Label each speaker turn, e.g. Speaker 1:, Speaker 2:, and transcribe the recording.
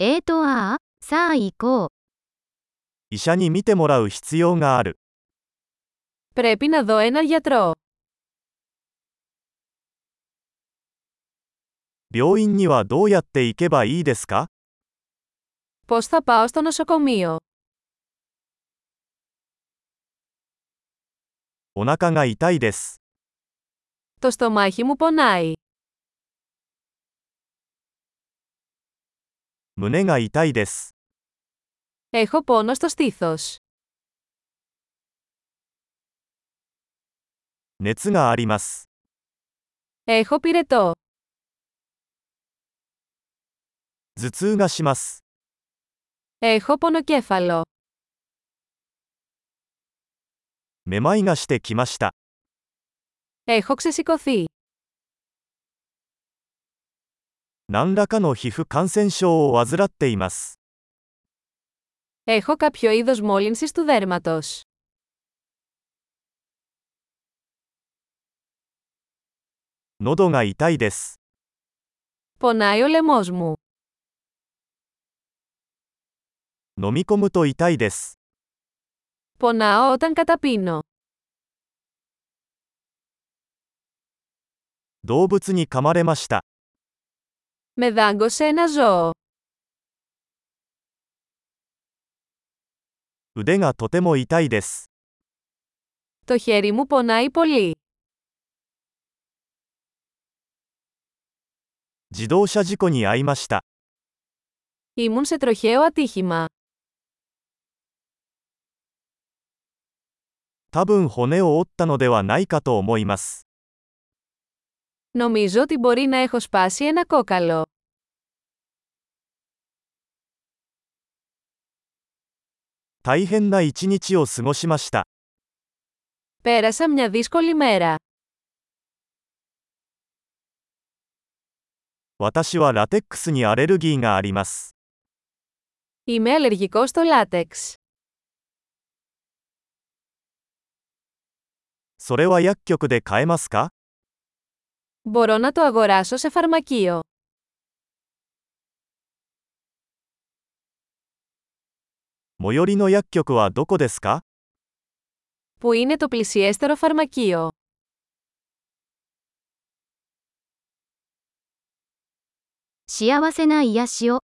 Speaker 1: えーとああ、さあ行こう。
Speaker 2: 医者に診てもらう必要がある。
Speaker 3: Πρέπει να δω έναν γιατρό.
Speaker 2: 病院にはどうやって行けばいいですか
Speaker 3: Πώς θα πάω στο νοσοκομείο.
Speaker 2: お腹が痛いです。
Speaker 3: Το στομάχι μου πονάει.
Speaker 2: 胸が痛いです。
Speaker 3: Έχω πόνο στο στήθος.
Speaker 2: 熱があります。
Speaker 3: Έχω πυρετό.
Speaker 2: 頭痛がします。
Speaker 3: Έχω πονοκέφαλο.
Speaker 2: めまいがしてきました。
Speaker 3: Έχω ξεσηκωθεί.
Speaker 2: 何らかの皮膚感染症を患っています。
Speaker 3: Έχω κάποιο είδος μόλυνσης του δέρματος.
Speaker 2: 喉が痛いです。
Speaker 3: Πονάει ο λαιμός μου.
Speaker 2: 飲み込むと痛いです。
Speaker 3: Πονάω όταν καταπίνω.
Speaker 2: 動物に噛まれました。
Speaker 3: Με δάγκωσε ένα ζώο.
Speaker 2: 腕がとても痛いです。
Speaker 3: Το χέρι μου πονάει πολύ.
Speaker 2: 自動車事故に遭いました。
Speaker 3: Ήμουν σε τροχαίο ατύχημα.
Speaker 2: 多分骨を折ったのではないかと思います。
Speaker 3: Νομίζω ότι μπορεί να έχω σπάσει ένα κόκαλο.
Speaker 2: 大変な一日を過ごしました。
Speaker 3: Πέρασα μια δύσκολη μέρα.
Speaker 2: 私はラテックスにアレルギーがあります。
Speaker 3: Είμαι αλλεργικός στο λάτεξ.
Speaker 2: それは薬局で買えますか
Speaker 3: Μπορώ να το αγοράσω σε φαρμακείο.
Speaker 2: 最寄りの薬局はどこですか
Speaker 3: Πού είναι το πλησιέστερο φαρμακείο.
Speaker 1: 幸せな癒しを。